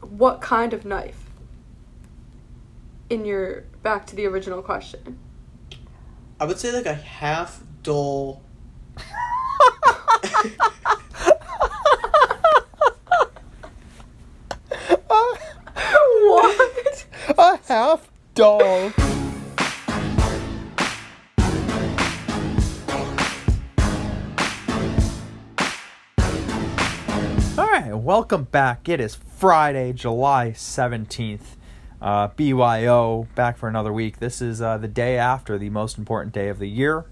what kind of knife? In your back to the original question. I would say like a half dull. What? A half doll. All right, welcome back. It is Friday, July 17th. Uh, BYO back for another week. This is uh, the day after the most important day of the year,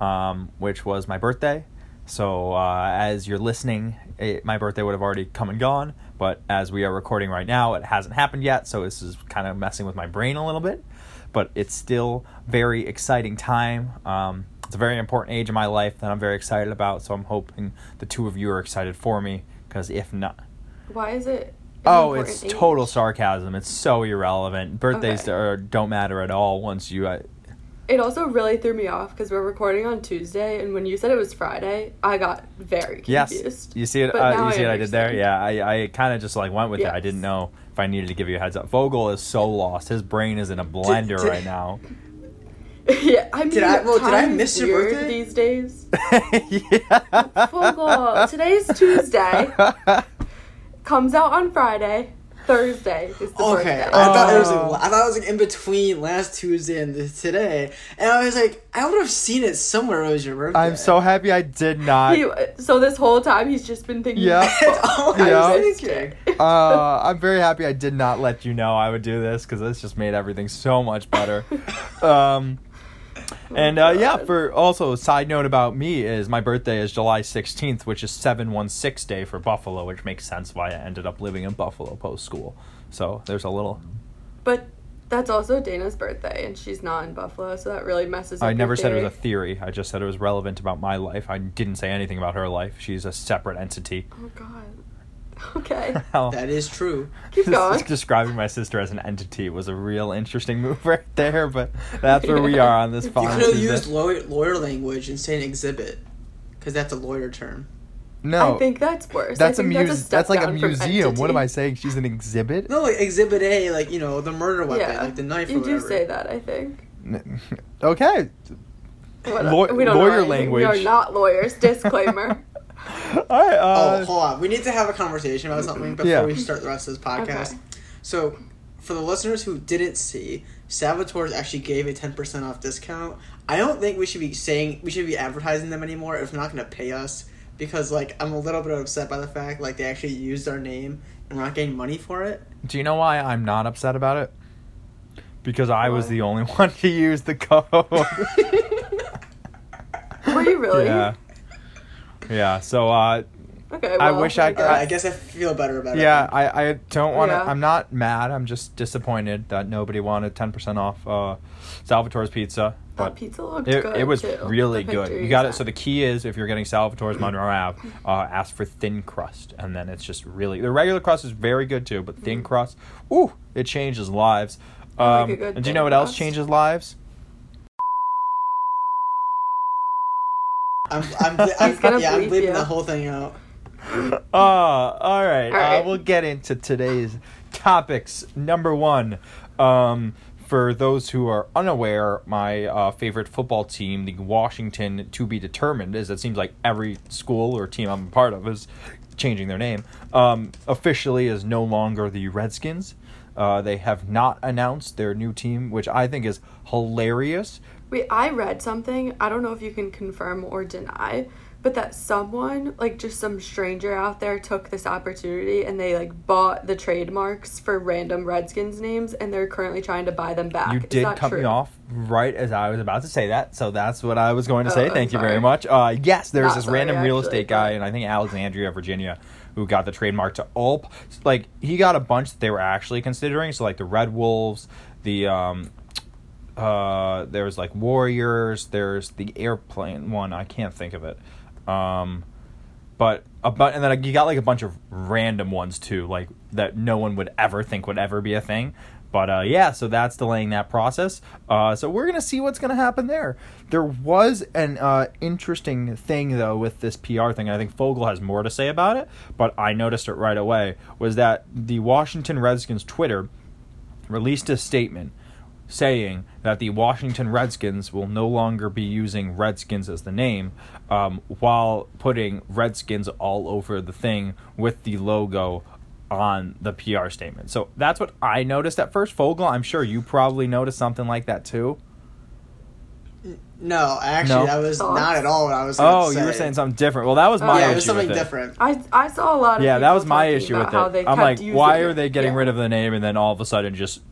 um, which was my birthday. So, uh, as you're listening, it, my birthday would have already come and gone, but as we are recording right now, it hasn't happened yet. So, this is kind of messing with my brain a little bit, but it's still very exciting time. Um, it's a very important age in my life that I'm very excited about. So, I'm hoping the two of you are excited for me because if not, Why is it? an Oh, important it's age? total sarcasm. It's so irrelevant. Birthdays Okay. are, don't matter at all once you. Uh, It also really threw me off because we're recording on Tuesday, and when you said it was Friday, I got very yes, confused. you see it. But now Uh, you see what I did there. understand. Yeah, I, I kind of just like went with it. I didn't Yes. know if I needed to give you a heads up. Vogel is so lost. His brain is in a blender did- right now. yeah, I mean, Did I- well, did I time's miss your weird birthday? these days? yeah. Vogel, today's Tuesday. Comes out on Friday. Thursday is the Okay, birthday. I thought it was. Oh. I thought it was like in between last Tuesday and th- today, and I was like, I would have seen it somewhere. It was your birthday. I'm so happy I did not. He- Oh so this whole time he's just been thinking. Yeah. oh, I Yeah. was thinking. Uh, I'm very happy I did not let you know I would do this because this just made everything so much better. Um, and uh, yeah, Oh God. for also a side note about me is my birthday is July 16th, which is 716 day for Buffalo, which makes sense why I ended up living in Buffalo post school. So there's a little. But that's also Dana's birthday, and she's not in Buffalo, so that really messes. up I your never said it was a theory. theory. I just said it was relevant about my life. I didn't say anything about her life. She's a separate entity. Oh God. Okay. How- That is true. Keep going. Describing my sister as an entity was a real interesting move right there, but that's where we are on this You podcast. You Fine, could have is used that- lawyer, lawyer language and say an exhibit, because that's a lawyer term. no. I think that's worse. I that's a think museum. That's, a That's, step like a down from museum. What am I entity. saying? She's an exhibit. No, like exhibit A, like you know the murder weapon, Yeah, like the knife. You or do whatever. say that, I think. okay. What- Law- we don't know lawyer anything. language. We are not lawyers. Disclaimer. All right. Uh, oh, hold on. We need to have a conversation about something before Yeah. we start the rest of this podcast. Okay. So, for the listeners who didn't see, Salvatore's actually gave a ten percent off discount. I don't think we should be saying we should be advertising them anymore if they're not going to pay us because like I'm a little bit upset by the fact like they actually used our name and we're not getting money for it. Do you know why I'm not upset about it? Because I was Why? the only one to use the code. Were you really? yeah. Yeah. So uh, Okay. Well, I wish I there you Uh, could- go. I guess I feel better about yeah, it. I, I don't want to. Yeah. I'm not mad. I'm just disappointed that nobody wanted 10% off uh, Salvatore's Pizza. That But pizza looked It, good it was too. really The good. picture You got it. sent. So the key is if you're getting Salvatore's Monroe Ave, uh, ask for thin crust, and then it's just really the regular crust is very good too, but thin crust, ooh, it changes lives. Mm-hmm. I like Um, a good and do you thin know what else crust. changes lives? I'm I'm, I'm, He's gonna yeah, I'm bleep bleeping you. the whole thing out. Uh, all right. All right. Uh, we'll get into today's topics. Number one, um, for those who are unaware, my uh, favorite football team, the Washington to be determined, is it seems like every school or team I'm a part of is changing their name. Um, officially, is no longer the Redskins. Uh, they have not announced their new team, which I think is hilarious. Wait, I read something. I don't know if you can confirm or deny, but that someone, like just some stranger out there, took this opportunity and they like bought the trademarks for random Redskins names, and they're currently trying to buy them back. You Is did that cut me true? off right as I was about to say that, so that's what I was going to Oh, say. I'm Thank you very sorry. much. Uh, yes, there's Not this sorry, random real actually, estate but- guy in I think Alexandria, Virginia, who got the trademark to all. p- Like he got a bunch that they were actually considering. So like the Red Wolves, the um, uh, there's like Warriors. There's the airplane one. I can't think of it. Um, but a bu- and then like, you got like a bunch of random ones too, like that no one would ever think would ever be a thing. But uh, yeah, so that's delaying that process. Uh, so we're gonna see what's gonna happen there. There was an uh, interesting thing though with this PR thing, and I think Fogel has more to say about it. But I noticed it right away was that the Washington Redskins Twitter released a statement saying that the Washington Redskins will no longer be using Redskins as the name, um, while putting Redskins all over the thing with the logo on the PR statement. So that's what I noticed at first. Fogel, I'm sure you probably noticed something like that too. No, actually, No. that was Thoughts? not at all what I was. Gonna Oh, say. you were saying something different. Well, that Oh, was my Yeah, it issue was something with it. different. I I saw a lot of Yeah, that people was my talking issue about with how it. they I'm kept like, using why it. are they getting Yeah. rid of the name and then all of a sudden just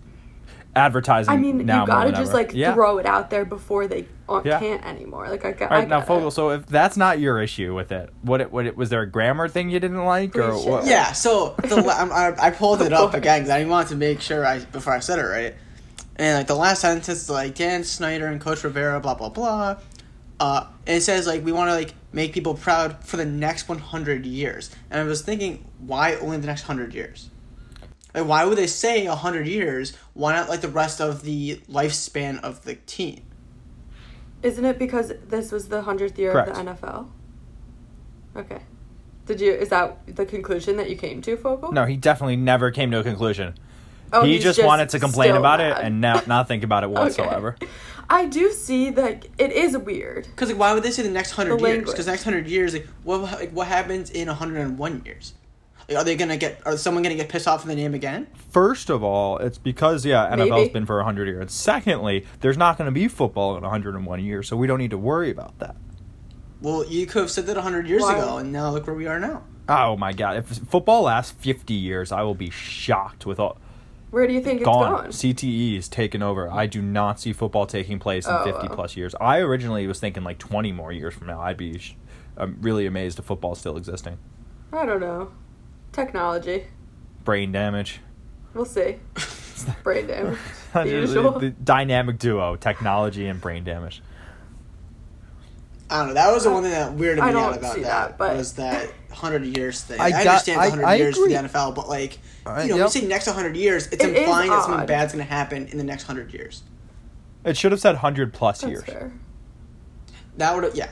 advertising? I mean, now you more gotta than just ever? like yeah. throw it out there before they aren't, Yeah. can't anymore. Like I got. All I right, now got Fogel. it. So if that's not your issue with it, what it, what it was there a grammar thing you didn't like or Please share. what? Yeah, so the la- I'm- I, I pulled it up again because I wanted to make sure I before I said it right. And like the last sentence is like Dan Snyder and Coach Rivera, blah blah blah. Uh, and it says like we want to like make people proud for the next 100 years. And I was thinking, why only the next 100 years? Like, why would they say 100 years? Why not like the rest of the lifespan of the team? Isn't it because this was the hundredth year of the Correct. NFL? Okay. Did you? Is that the conclusion that you came to, Fogel? No, he definitely never came to a conclusion. Oh, he he's just, wanted to complain still about mad. it and now not think about it whatsoever. I do see that it is weird. Because like why would they say the next 100 The years? language. Because next 100 years, like what like, what happens in 101 years? Like, are they gonna get? Are someone gonna get pissed off with the name again? First of all, it's because yeah, NFL's Maybe. been for 100 years. Secondly, there's not going to be football in 101 years, so we don't need to worry about that. Well, you could have said that 100 years Why? ago, and now look where we are now. Oh my god, if football lasts 50 years, I will be shocked with all Where do you think it's gone. gone? CTE is taken over. I do not see football taking place in Oh, 50 wow. plus years. I originally was thinking like 20 more years from now. I'd be sh- I'm really amazed if football's still existing. I don't know. Technology. Brain damage. We'll see. Brain damage. the, the usual. the dynamic duo, technology and brain damage. I don't know. That was the one thing that weirded I me don't out about see that, that, but- was that 100 years thing. I I, got- understand I- the 100 I years agree. for the NFL, but like Uh, you know, yep. we say next 100 years, it's It is implying that something odd. bad's gonna happen in the next 100 years. It should have said 100 plus That's years. fair. That would yeah.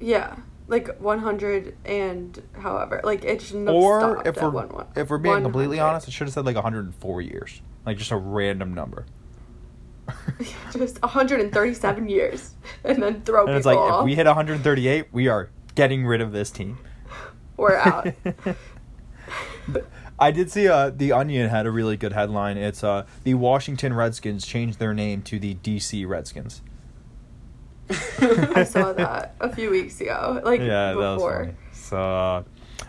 Yeah, like 100 and however, like it shouldn't have Or stopped if at we're one, one, if we're being 100. completely honest, it should have said like 104 years. Like just a random number. just 137 years, and then throw And people it's like off. if we hit 138, we are getting rid of this team. we're out. I did see uh, the Onion had a really good headline. It's uh, the Washington Redskins changed their name to the DC Redskins. I saw that a few weeks ago, like yeah, that was before. funny. So, uh,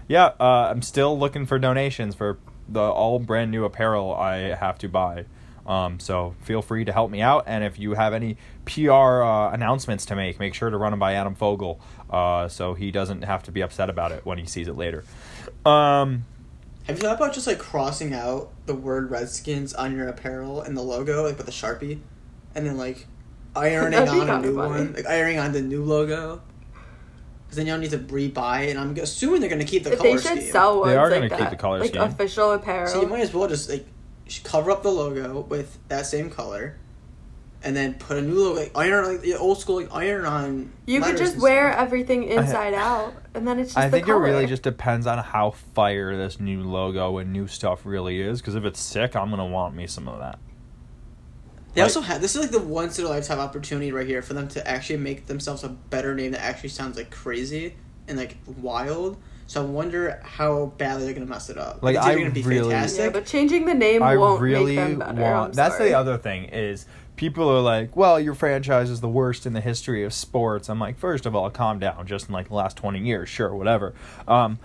yeah, uh, I'm still looking for donations for the all brand new apparel I have to buy. Um, so feel free to help me out, and if you have any PR uh, announcements to make, make sure to run them by Adam Fogel, uh, so he doesn't have to be upset about it when he sees it later. Um, Have you thought about just like crossing out the word Redskins on your apparel and the logo, like with a sharpie, and then like ironing That'd be on a kinda new funny. one, like ironing on the new logo? Because then you don't need to re-buy, it, and I'm assuming they're gonna keep the If color they should scheme. sell ones They are like gonna keep that, the color like scheme. official apparel. So you might as well just like sh- cover up the logo with that same color, and then put a new logo, like iron, like the old school, like iron on. You could letters just and wear stuff. everything inside out, and then it's just I the think color. it really just depends on how fire this new logo and new stuff really is. Because if it's sick, I'm gonna want me some of that. They like- also have this is like the once in a lifetime opportunity right here for them to actually make themselves a better name that actually sounds like crazy and like wild. So I wonder how badly they're gonna mess it up. Like, it's either I gonna be really- fantastic. Yeah, but changing the name I won't really make them better. I'm want. That's sorry. the other thing is people are like, "Well, your franchise is the worst in the history of sports." I'm like, first of all, calm down. Just in like the last twenty years, sure, whatever. Um,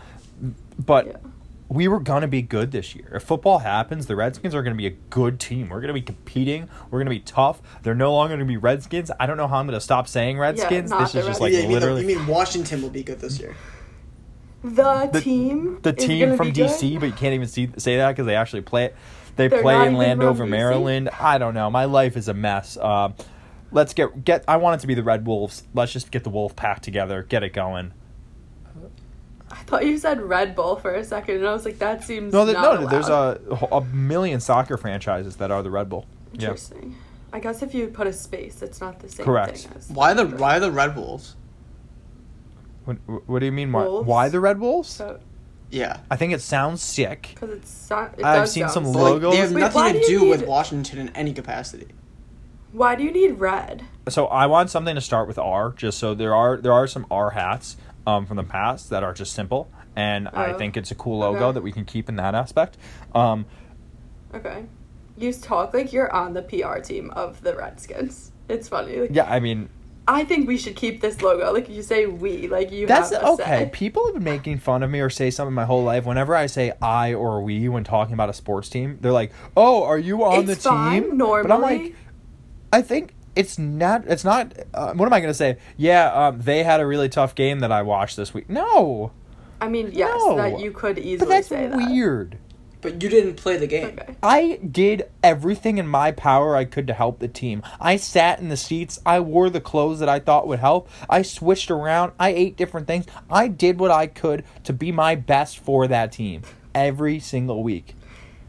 but. Yeah. We were gonna be good this year. If football happens, the Redskins are gonna be a good team. We're gonna be competing. We're gonna be tough. They're no longer gonna be Redskins. I don't know how I'm gonna stop saying Redskins. not this the is Redskins. just like Yeah, you, mean the- literally. you mean Washington will be good this year? The, the- team. the is team gonna from be good? DC, but you can't even see, say that because they actually play it. They They're play not in even from Landover, DC? Maryland. I don't know. My life is a mess. Um, let's get get. I want it to be the Red Wolves. Let's just get the Wolf Pack together. Get it going. I thought you said Red Bull for a second, and I was like, that seems No, there, not no, there's allowed. a a million soccer franchises that are the Red Bull. Yeah. Interesting. I guess if you put a space, it's not the same Correct. thing as Why the why the Red Bulls? What, what do you mean? Why, Wolves? why the Red Bulls? So, Yeah. I think it sounds sick. because it's not. It I've does seen sound some sick. But, like, Logos they have and- Wait, why nothing to do you do with need- Washington in any capacity. Why do you need red? So I want something to start with R, just so there are there are some R hats um, from the past that are just simple, and I Oh, think it's a cool logo okay. that we can keep in that aspect. Um, Okay. You talk like you're on the PR team of the Redskins. It's funny. Like, yeah, I mean I think we should keep this logo. Like you say, we. Like you. that's have a say. okay. People have been making fun of me or say something my whole life. Whenever I say I or we when talking about a sports team, they're like, "Oh, are you on It's the fine, team?" But I'm normally. like, I think it's not. It's not. Uh, what am I going to say? Yeah, um, they had a really tough game that I watched this week. No, I mean, yes, No. that you could easily but that's say that. weird. But you didn't play the game. Okay. I did everything in my power I could to help the team. I sat in the seats. I wore the clothes that I thought would help. I switched around. I ate different things. I did what I could to be my best for that team every single week.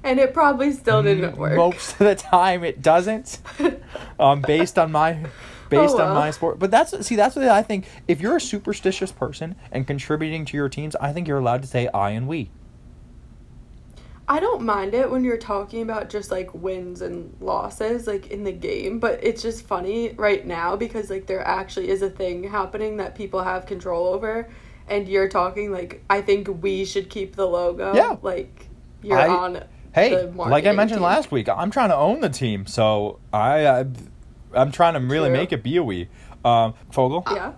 And it probably still didn't work. Most of the time, it doesn't. Um, based on my. Based Oh, on well. my sport, but that's see that's what I think. If you're a superstitious person and contributing to your teams, I think you're allowed to say I and we. I don't mind it when you're talking about just like wins and losses, like in the game, but it's just funny right now because like there actually is a thing happening that people have control over, and you're talking like I think we should keep the logo. Yeah. Like you're I- on. Hey, the like I marketing mentioned team. last week, I'm trying to own the team, so I, I I'm trying to really True. make it be a we. Um, Fogel, Yeah.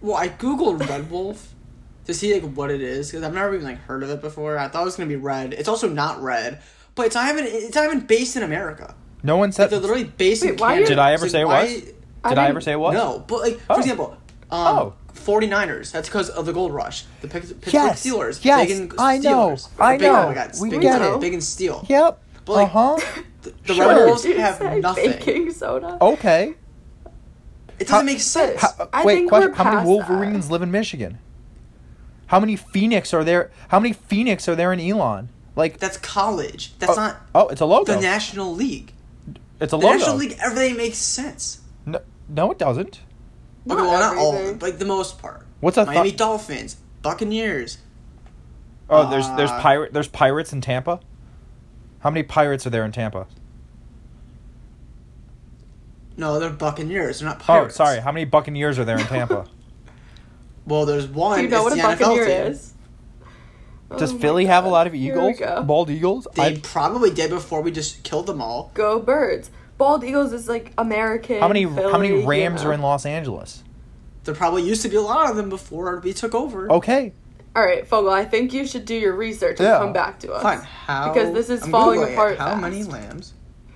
Well, I googled Red Wolf to see like what it is because I've never even like heard of it before. I thought it was gonna be red. It's also not red, but it's not even it's not even based in America. no one said. They're literally based in Wait, why Canada. did- Did I ever It's say it why- was? Did I, ever didn't- say it was? No, but like Oh. for example, um, Oh. 49ers. That's because of the gold rush. The Pitt- Pittsburgh Yes, Steelers. yes, big in I know, Steelers. I Big- know. Oh my God, it's We big get in- it. Big in steel. Yep. But, like, uh huh. The, the Sure. Red Wolves Did you say have nothing. baking soda? Okay. It How- doesn't make sense. How- I Wait. think question: we're How many past that. Wolverines live in Michigan? How many Phoenix are there? How many Phoenix are there in Elon? Like That's college. That's oh, not Oh, it's a logo. the National League. it's a The logo. National League, everything makes sense. No, no, it doesn't. Not okay, well, not all, of everything. them, but like the most part. What's a thou- Miami Dolphins, Buccaneers. Oh, there's there's Uh, pirate there's pirates in Tampa. How many pirates are there in Tampa? No, they're Buccaneers. They're not Oh, Pirates. sorry. How many Buccaneers are there in Tampa? Well, there's one. Do you know it's what a the NFL Buccaneer team. is? Does Oh my Philly have a God. lot of Here eagles? we go. Bald eagles? They I, probably did before we just killed them all. Go birds. Bald eagles is like American. how many how Philly, many you Rams know. are in Los Angeles? There probably used to be a lot of them before we took over. Okay. All right, Fogel. I think you should do your research and Yeah. come back to us. Fine. How? Because this is I'm falling Googling it. apart How fast. many lambs?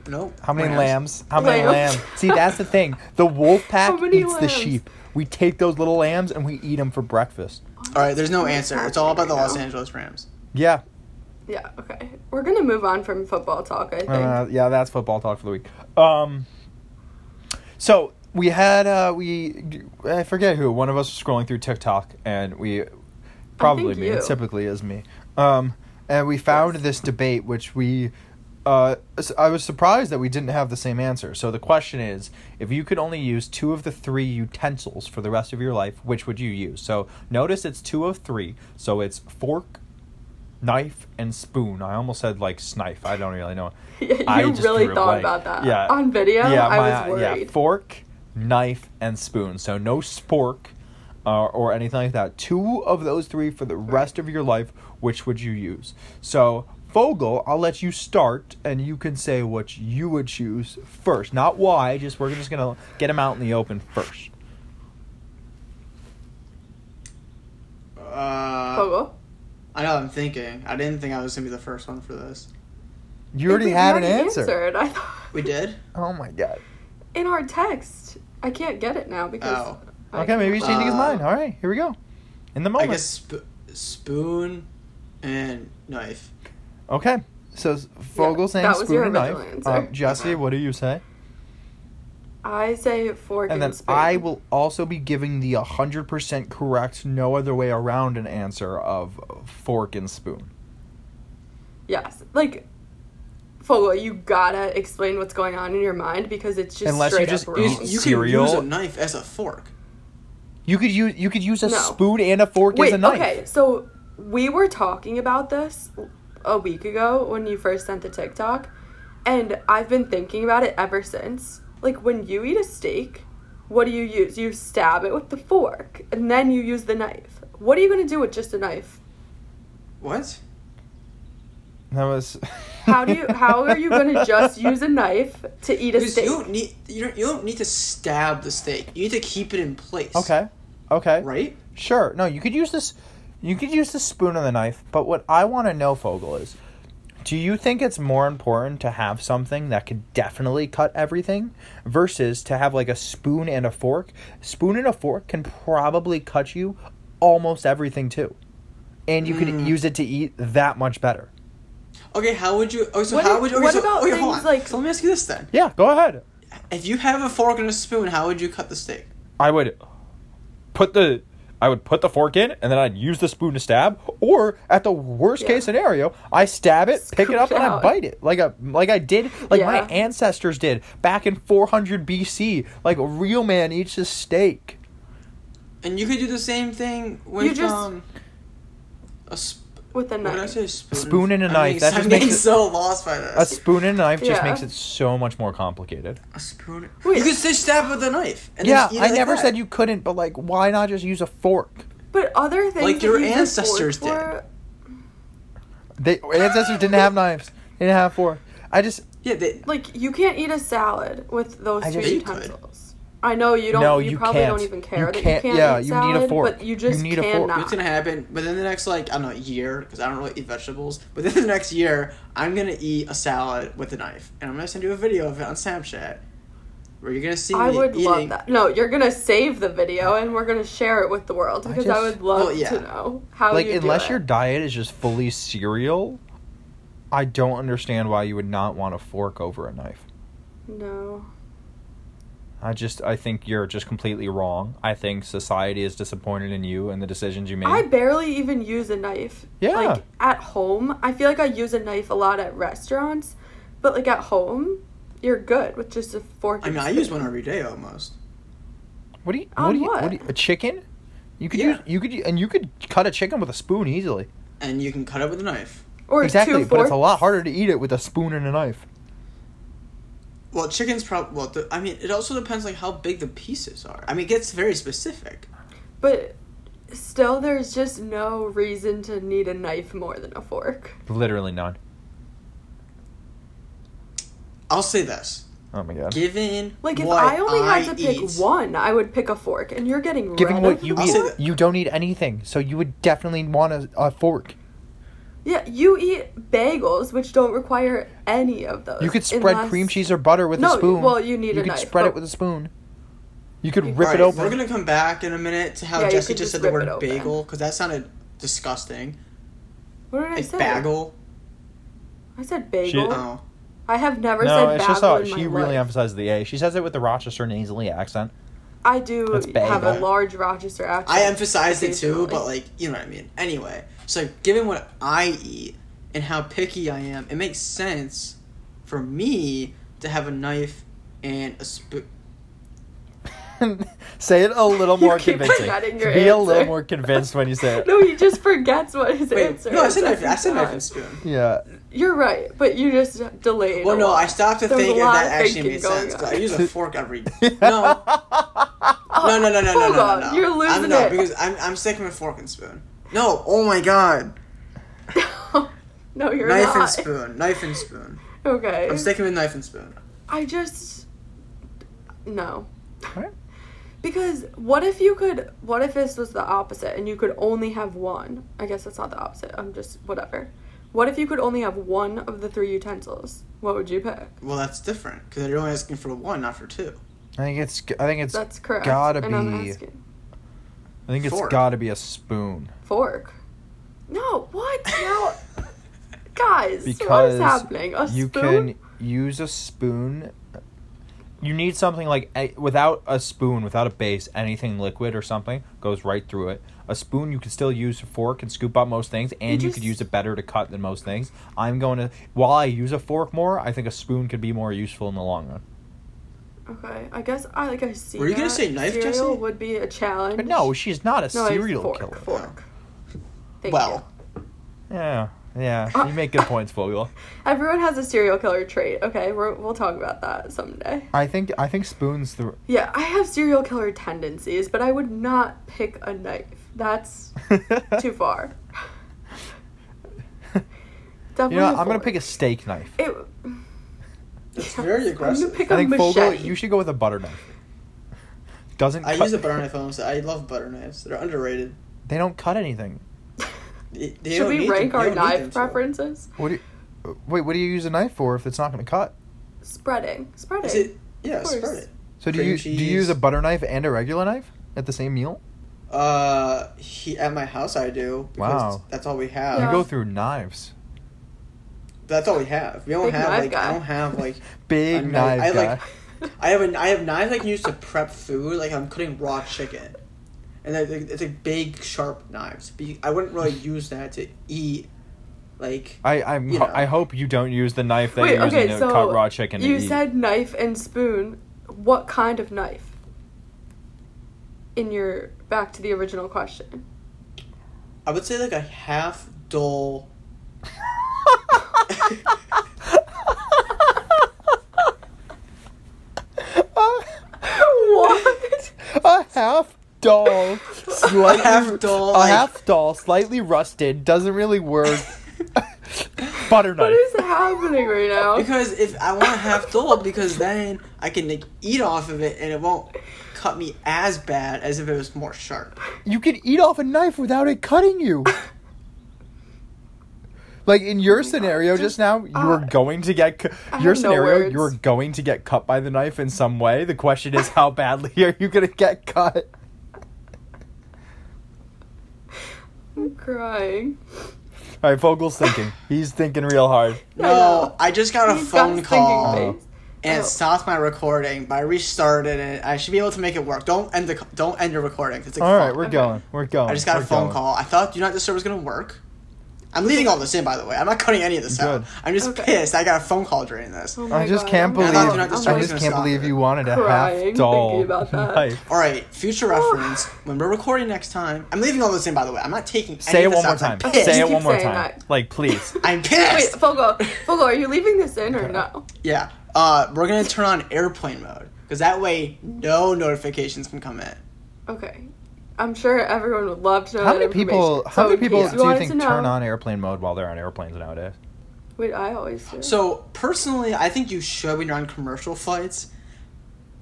Nope. How many lambs? How many Lambs. lambs? See, that's the thing. The wolf pack many eats the lambs? sheep. We take those little lambs and we eat them for breakfast. All right. There's no answer. It's all about the Right now. Los Angeles Rams. Yeah. Yeah. Okay. We're gonna move on from football talk. I think. Uh, yeah, that's football talk for the week. Um, so we had uh, we I forget who one of us was scrolling through TikTok and we probably me. It you. typically is me. Um, and we found this debate which we. Uh, s- I was surprised that we didn't have the same answer. So the question is, if you could only use two of the three utensils for the rest of your life, which would you use? So notice it's two of three. So it's fork, knife, and spoon. I almost said like snife. I don't really know. Yeah, you I just really drew a thought blank. about that. Yeah. On video, yeah, I my- was yeah, worried. fork, knife, and spoon. So no spork uh, or anything like that. Two of those three for the rest of your life, which would you use? So, Fogel, I'll let you start and you can say what you would choose first. Not why, just we're just going to get them out in the open first. Uh, Fogel. I know. I'm thinking. I didn't think I was gonna be the first one for this. You already We had an answer. Answered. I thought We did. Oh my god. in our text. I can't get it now because. Oh. I- Okay, maybe he's changing his Uh, mind. All right, here we go. In the I moment. guess sp- spoon and knife. Okay. So s- Fogel Yeah, saying that was spoon your and knife. original answer. Um, Jesse, Okay. what do you say? I say fork And and, then spoon. I will also be giving the 100% correct, no other way around an answer of fork and spoon. Yes, like Fogle, you gotta explain what's going on in your mind because it's just Unless you straight just up You, wrong. eat- you Cereal. can use a knife as a fork. You could use you could use a No. spoon and a fork Wait, as a knife. okay, so we were talking about this a week ago when you first sent the TikTok, and I've been thinking about it ever since. Like when you eat a steak, what do you use? You stab it with the fork, and then you use the knife. What are you gonna do with just a knife? What? That was How do you? How are you gonna just use a knife to eat a Because you steak? don't need you don't, you don't need to stab the steak. You need to keep it in place. Okay. Okay. Right? Sure. No, you could use this. You could use the spoon and the knife. But what I want to know, Fogel, is do you think it's more important to have something that could definitely cut everything versus to have like a spoon and a fork? Spoon and a fork can probably cut you almost everything too, and you could use it to eat that much better. Okay, how would you? Okay, so What how if- would you? Okay, what so, about okay, hold things on. like- So let me ask you this then: Yeah. Go ahead. If you have a fork and a spoon, how would you cut the steak? I would put the I would put the fork in and then I'd use the spoon to stab. Or at the worst Yeah. case scenario, I stab it, pick it Scoop up, it and I out. bite it like a like I did like my Yeah. ancestors did back in 400 BC. Like a real man eats his steak. And you could do the same thing with just- um, a sp- with a what did I knife. say? Spoon. Spoon and a I'm getting- knife. That just I'm makes getting it- so lost by this. A spoon and a knife just Yeah. makes it so much more complicated. A spoon. Wait. You could say stab with a knife. And yeah, just eat it I like never that. said you couldn't, but like why not just use a fork? But other things Like that your you use a fork ancestors did. for- They ancestors didn't have knives. They didn't have fork. I just Yeah, they, Like you can't eat a salad with those I two just- You could. utensils. I know you don't. No, you, you probably can't. don't even care You that can't- you can't. yeah, eat you need a salad, fork. But you just You need a fork. cannot. it's gonna happen within the next like I don't know year because I don't really eat vegetables. But within the next year, I'm gonna eat a salad with a knife, and I'm gonna send you a video of it on Snapchat, where you're gonna see I me would eating. love that. No, you're gonna save the video and we're gonna share it with the world because I, just- would love Well, yeah. to know how like you do unless it. your diet is just fully cereal i don't understand why you would not want a fork over a knife no. i just i think you're just completely wrong i think society is disappointed in you and the decisions you made I barely even use a knife. Yeah. Like at home, I feel like I use a knife a lot at restaurants, but like at home, you're good with just a fork. I mean, and I use spoon. one every day almost. what do you On what do you what, what? do you, a chicken you could Yeah. use you could and you could cut a chicken with a spoon easily And you can cut it with a knife. Or exactly two but it's a forks. lot harder to eat it with a spoon and a knife Well, chicken's probably. Well, the, I mean, it also depends like how big the pieces are. I mean, it gets very specific. But still, there's just no reason to need a knife more than a fork. literally none I'll say this: oh my god given Like if what I only had I to pick eat- one, I would pick a fork, and you're getting Given rid what of you the I'll eat, say fork? that- you don't eat anything, so you would definitely want a, a fork. Yeah, you eat bagels, which don't require any of those. You could spread unless- cream cheese or butter with a No, spoon. well, you need you a could knife, spread it but- with a spoon. You could You- rip Alright, it open. We're gonna come back in a minute to how Yeah, you Jesse could just just said the rip word it open. bagel because that sounded disgusting. What did I Like say? bagel. I said bagel. Shit. Oh, I have never no, said it's bagel just how in my she life. really emphasizes the A. She says it with the Rochester and Easley accent. I do That's have a bagel. large Rochester accent. I emphasized it too, occasionally. but like you know what I mean. Anyway, so given what I eat and how picky I am, it makes sense for me to have a knife and a spoon. say it a little You more keep convincing. forgetting Be your a little answer. more convinced when you say it. no, he just forgets what his Wait, answer no, I is. said knife. I every said knife time. and spoon. Yeah. You're right, but you just delayed. Well, a no, lot. I stopped to There was think a if lot that of actually thinking made going sense. 'cause on. I use a fork every. No, no, no, no, no, no, Oh, Hold no, on, no. you're I'm losing not, it. because I'm I'm sticking with fork and spoon. No, oh my god, no, you're knife not. and spoon, knife and spoon. Okay. I'm sticking with knife and spoon. I just no. Alright. Because what if you could? What if this was the opposite and you could only have one? I guess that's not the opposite. I'm just whatever. What if you could only have one of the three utensils? What would you pick? Well, that's different because they're only asking for one, not for two. I think it's. I think it's. That's correct. Gotta and I'm be. asking. I think it's Fork. gotta be a spoon fork. No, what? No, guys, what because is happening? A you spoon. can use a spoon you need something like a- without a spoon, without a base, anything liquid or something goes right through it. A spoon you can still use a fork and scoop up most things, and you, could just- use it better to cut than most things. I'm going to while I use a fork more, I think a spoon could be more useful in the long run. Okay, I guess I like I see. Were you gonna that. say knife, Cereal Jesse? would be a challenge. But no, she's not a no, it's serial fork, killer. Fork. Thank Well, you. Yeah, yeah, Uh, you make good points, Vogel. everyone has a serial killer trait. Okay, we're, we'll talk about that someday. I think I think spoons the Yeah, I have serial killer tendencies, but I would not pick a knife. That's too far. You Definitely. know, a I'm gonna fork. pick a steak knife. It, it's very I'm aggressive. gonna pick I a think machete. Fogel, you should go with a butter knife. Doesn't I cut- use a butter knife almost. I love butter knives. They're underrated. They don't cut anything. They- they Should don't need we to- rank they our don't need them knife to. preferences? What do you, wait? What do you use a knife for if it's not going to cut? Spreading, spreading. Is it? Yeah, Of course. spread it. So do Cream you do you cheese. use a butter knife and a regular knife at the same meal? Uh, he, at my house I do. Because Wow. That's all we have. Yeah. You go through knives. That's all we have. We don't Big have knife like guy. I don't have like Big I know, knife. I guy. like- I have an I have knives I can use to prep food. Like I'm cutting raw chicken, and they're, they're- it's like big sharp knives. But you- I wouldn't really use that to eat. Like I I'm, you know. I hope you don't use the knife that Wait, you're using okay, to so cut raw chicken. you to eat. said knife and spoon. What kind of knife? In your back to the original question. I would say like a half dull. What? A half doll, slightly, half doll, a like- half doll, slightly rusted, doesn't really work. Butter What knife. is happening right now? Because if I want a half dull, because then I can like eat off of it and it won't cut me as bad as if it was more sharp. You can eat off a knife without it cutting you. Like in your scenario just, Oh Just, now, you were uh, going to get cu- have your no scenario. you were words. going to get cut by the knife in some way. The question is, how badly are you going to get cut? I'm crying. All right, Vogel's thinking. He's thinking real hard. No, I just got a He's got phone his thinking call. face. and Oh. it stopped my recording, but I restarted it. I should be able to make it work. Don't end the c- don't end your recording. It's like All right, fuck. we're going. We're going. I just got We're a phone going. call. I thought Do Not Disturb was gonna work. I'm leaving all this in, by the way. I'm not cutting any of this out. Good. I'm just Okay. pissed. I got a phone call during this. Oh my I just God, can't I'm not- believe. crying. I'm not I just just gonna can't stop believe it. you wanted a Crying, half thinking doll about that. knife. All right, future Oh. reference. When we're recording next time, I'm leaving all this in, by the way. I'm not taking. any Say it of this one more out. I'm time. pissed. Say You it keep one more saying time. that. Like, please. I'm Wait, pissed. Fogo, Fogo, are you leaving this in or no? yeah. Uh, we're gonna turn on airplane mode because that way no notifications can come in. Okay. I'm sure everyone would love to know How that many people? information. How So many in people case do you wanted think to know- turn on airplane mode while they're on airplanes nowadays? Wait, I always do. So personally, I think you should when you're on commercial flights,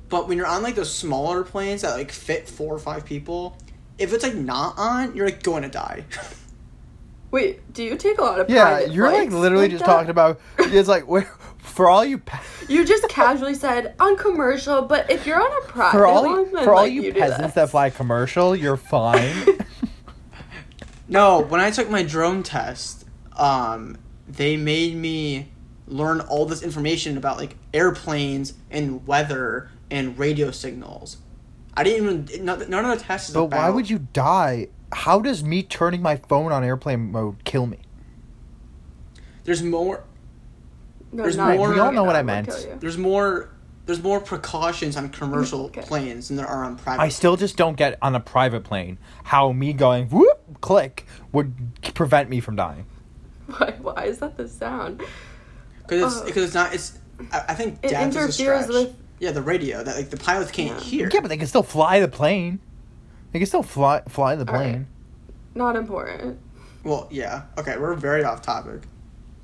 but when you're on like those smaller planes that like fit four or five people, if it's like not on, you're like going to die. Wait, do you take a lot of Yeah, private you're like flights literally like just that? talking about. It's like where- for all you pe- You just casually said on commercial, but if you're on a private for all one, you, then, for all like, you, you do peasants this. that fly commercial, you're fine. no, when I took my drone test, um, they made me learn all this information about like airplanes and weather and radio signals. I didn't even none none of the tests. is but why about- would you die? How does me turning my phone on airplane mode kill me? There's more. No, There's not more- We all know what I that would meant. kill you. There's more. There's more precautions on commercial Okay. planes than there are on private. I still just don't get on a private plane how me going whoop click would prevent me from dying. Why, why is that the sound? Because it's Oh. because it's not. It's. I, I think It death interferes is a stretch. with- Yeah, the radio that like the pilots can't Yeah. hear. Yeah, but they can still fly the plane. They can still fly fly the All right. plane. Not important. Well, yeah. Okay, we're very off Oh, topic.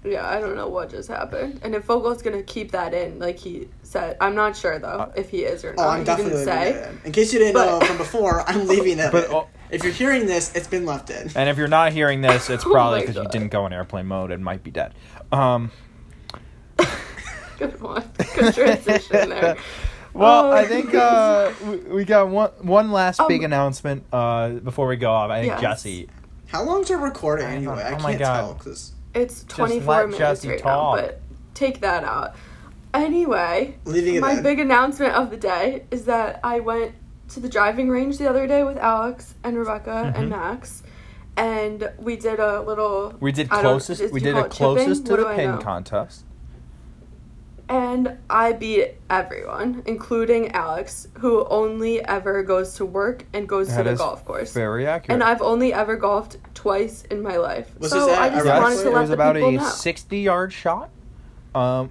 Yeah, I don't know what just happened. And if Vogel's gonna keep that in, like he said, I'm not sure though Uh, if he is or Oh, not. I'm he definitely didn't say. leaving it in. In case you didn't But- know from before, I'm leaving it. But, in. oh- Uh, if you're hearing this, it's been left in. And if you're not hearing this, it's Oh probably my because you God. didn't go in airplane mode and might be dead. Um, Good one. Good transition there. Oh, Well, I think uh, we- we got one one last big Um, announcement uh, before we go off. I think Yes. Jesse. How long's our recording I don't- anyway? I oh can't my God. tell because It's 24 let minutes Jesse right talk. now, but take that out. Anyway, Leaving it my in. big announcement of the day is that I went to the driving range the other day with Alex and Rebecca Mhm. and Max, and we did a little. We did I don't- closest. is- We do you did call a it chipping? closest to What the do I pin know? contest. And I beat everyone, including Alex, who only ever goes to work and goes That to the is golf course. Very accurate. And I've only ever golfed twice in my life. Was so this at I just Iraq's? wanted to it let was the about people a know. sixty-yard shot. Um,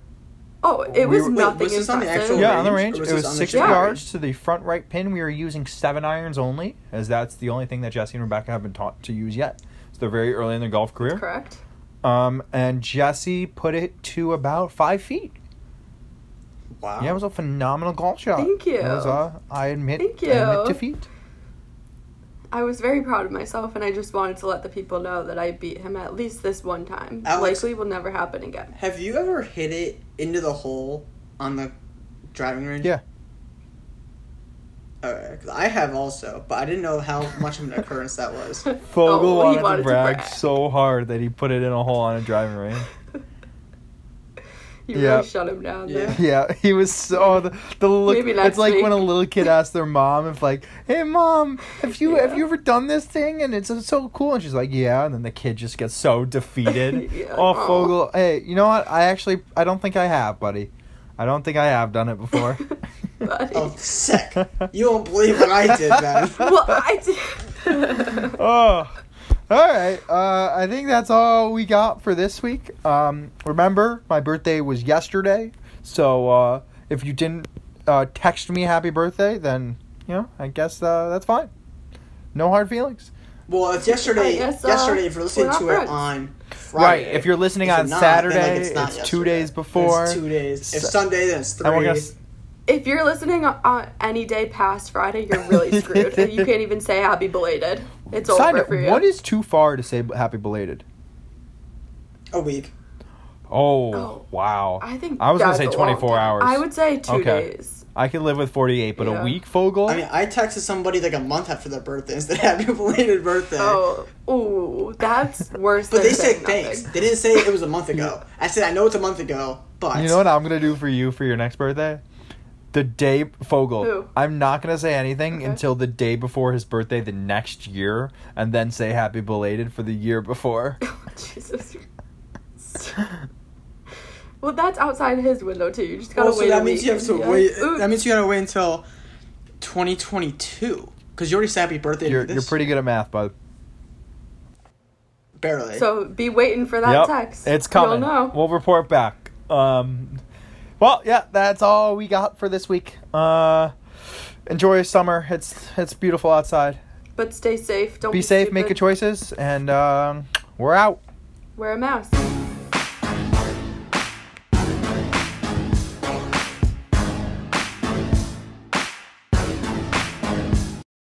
oh, it we was were- Wait, nothing was this on the impressive. actual yeah, on the range, range. or It was was, this on the sixty shot? yards to the front right pin. We were using seven irons only, as that's the only thing that Jesse and Rebecca have been taught to use yet. So they're very early in their golf career. Correct. Um, and Jesse put it to about five feet. Wow. Yeah, it was a phenomenal golf shot. Thank you. It was, uh, I admit, Thank I admit you. Oh, defeat. I was very proud of myself, and I just wanted to let the people know that I beat him at least this one time. Alex- Likely will never happen again. Have you ever hit it into the hole on the driving range? Yeah. Okay, 'cause I have also, but I didn't know how much of an occurrence that was. Fogel Oh, he wanted, to, brag so hard that he put it in a hole on a driving range. You Yeah. really shut him down Yeah. there. Yeah, he was so oh, the, the look. Maybe it's next like when a week. little kid asks their mom if like, "Hey mom, have you have Yeah. you ever done this thing?" And it's, it's so cool, and she's like, "Yeah," and then the kid just gets so defeated. Yeah, like, oh, "Aw." Fogel, hey, you know what? I actually I don't think I have, buddy. I don't think I have done it before. Buddy. Oh, sick. You won't believe what I did, man. Well, I did. oh. All right. Uh, I think that's all we got for this week. Um, remember, my birthday was yesterday. So uh, if you didn't uh, text me happy birthday, then, you know, I guess uh, that's fine. No hard feelings. Well, it's yesterday. I guess, uh, yesterday, if you're listening we're not to it friends. on Friday. If you're listening on not, then, like, Saturday, not it's, two yesterday. days Then before. It's two days. If So- Sunday, then it's 3 and we're gonna s- if you're listening on any day past Friday, you're really screwed. and you can't even say happy belated. It's Side over note, for you. What is too far to say b- happy belated? a week. Oh, Oh. wow. I think I was gonna that's say a long 24 time. hours. I would say two Okay. days. I could live with 48, but a Yeah. week, Fogel? I mean, I texted somebody like a month after their birthday instead of happy belated birthday. Oh, ooh, that's worse. But than they said saying thanks. nothing. They didn't say it was a month ago. I said I know it's a month ago, but You know what I'm gonna do for you for your next birthday? The day Fogel. Who? I'm not gonna say anything Okay. until the day before his birthday the next year, and then say happy belated for the year before. Jesus. Well, that's outside his window too. You just gotta Oh, so wait. that a means week you have and to be like, wait. "Oops." That means you gotta wait until 2022 because you already said happy birthday. to you're this you're pretty good at math, bud. barely. So be waiting for that yep, text. it's coming. You'll know. We'll report back. Um, well, yeah, that's all we got for this week. Uh, enjoy summer. It's it's beautiful outside. but stay safe. Don't Be safe, make stupid. good choices, and um, we're out. Wear a mask.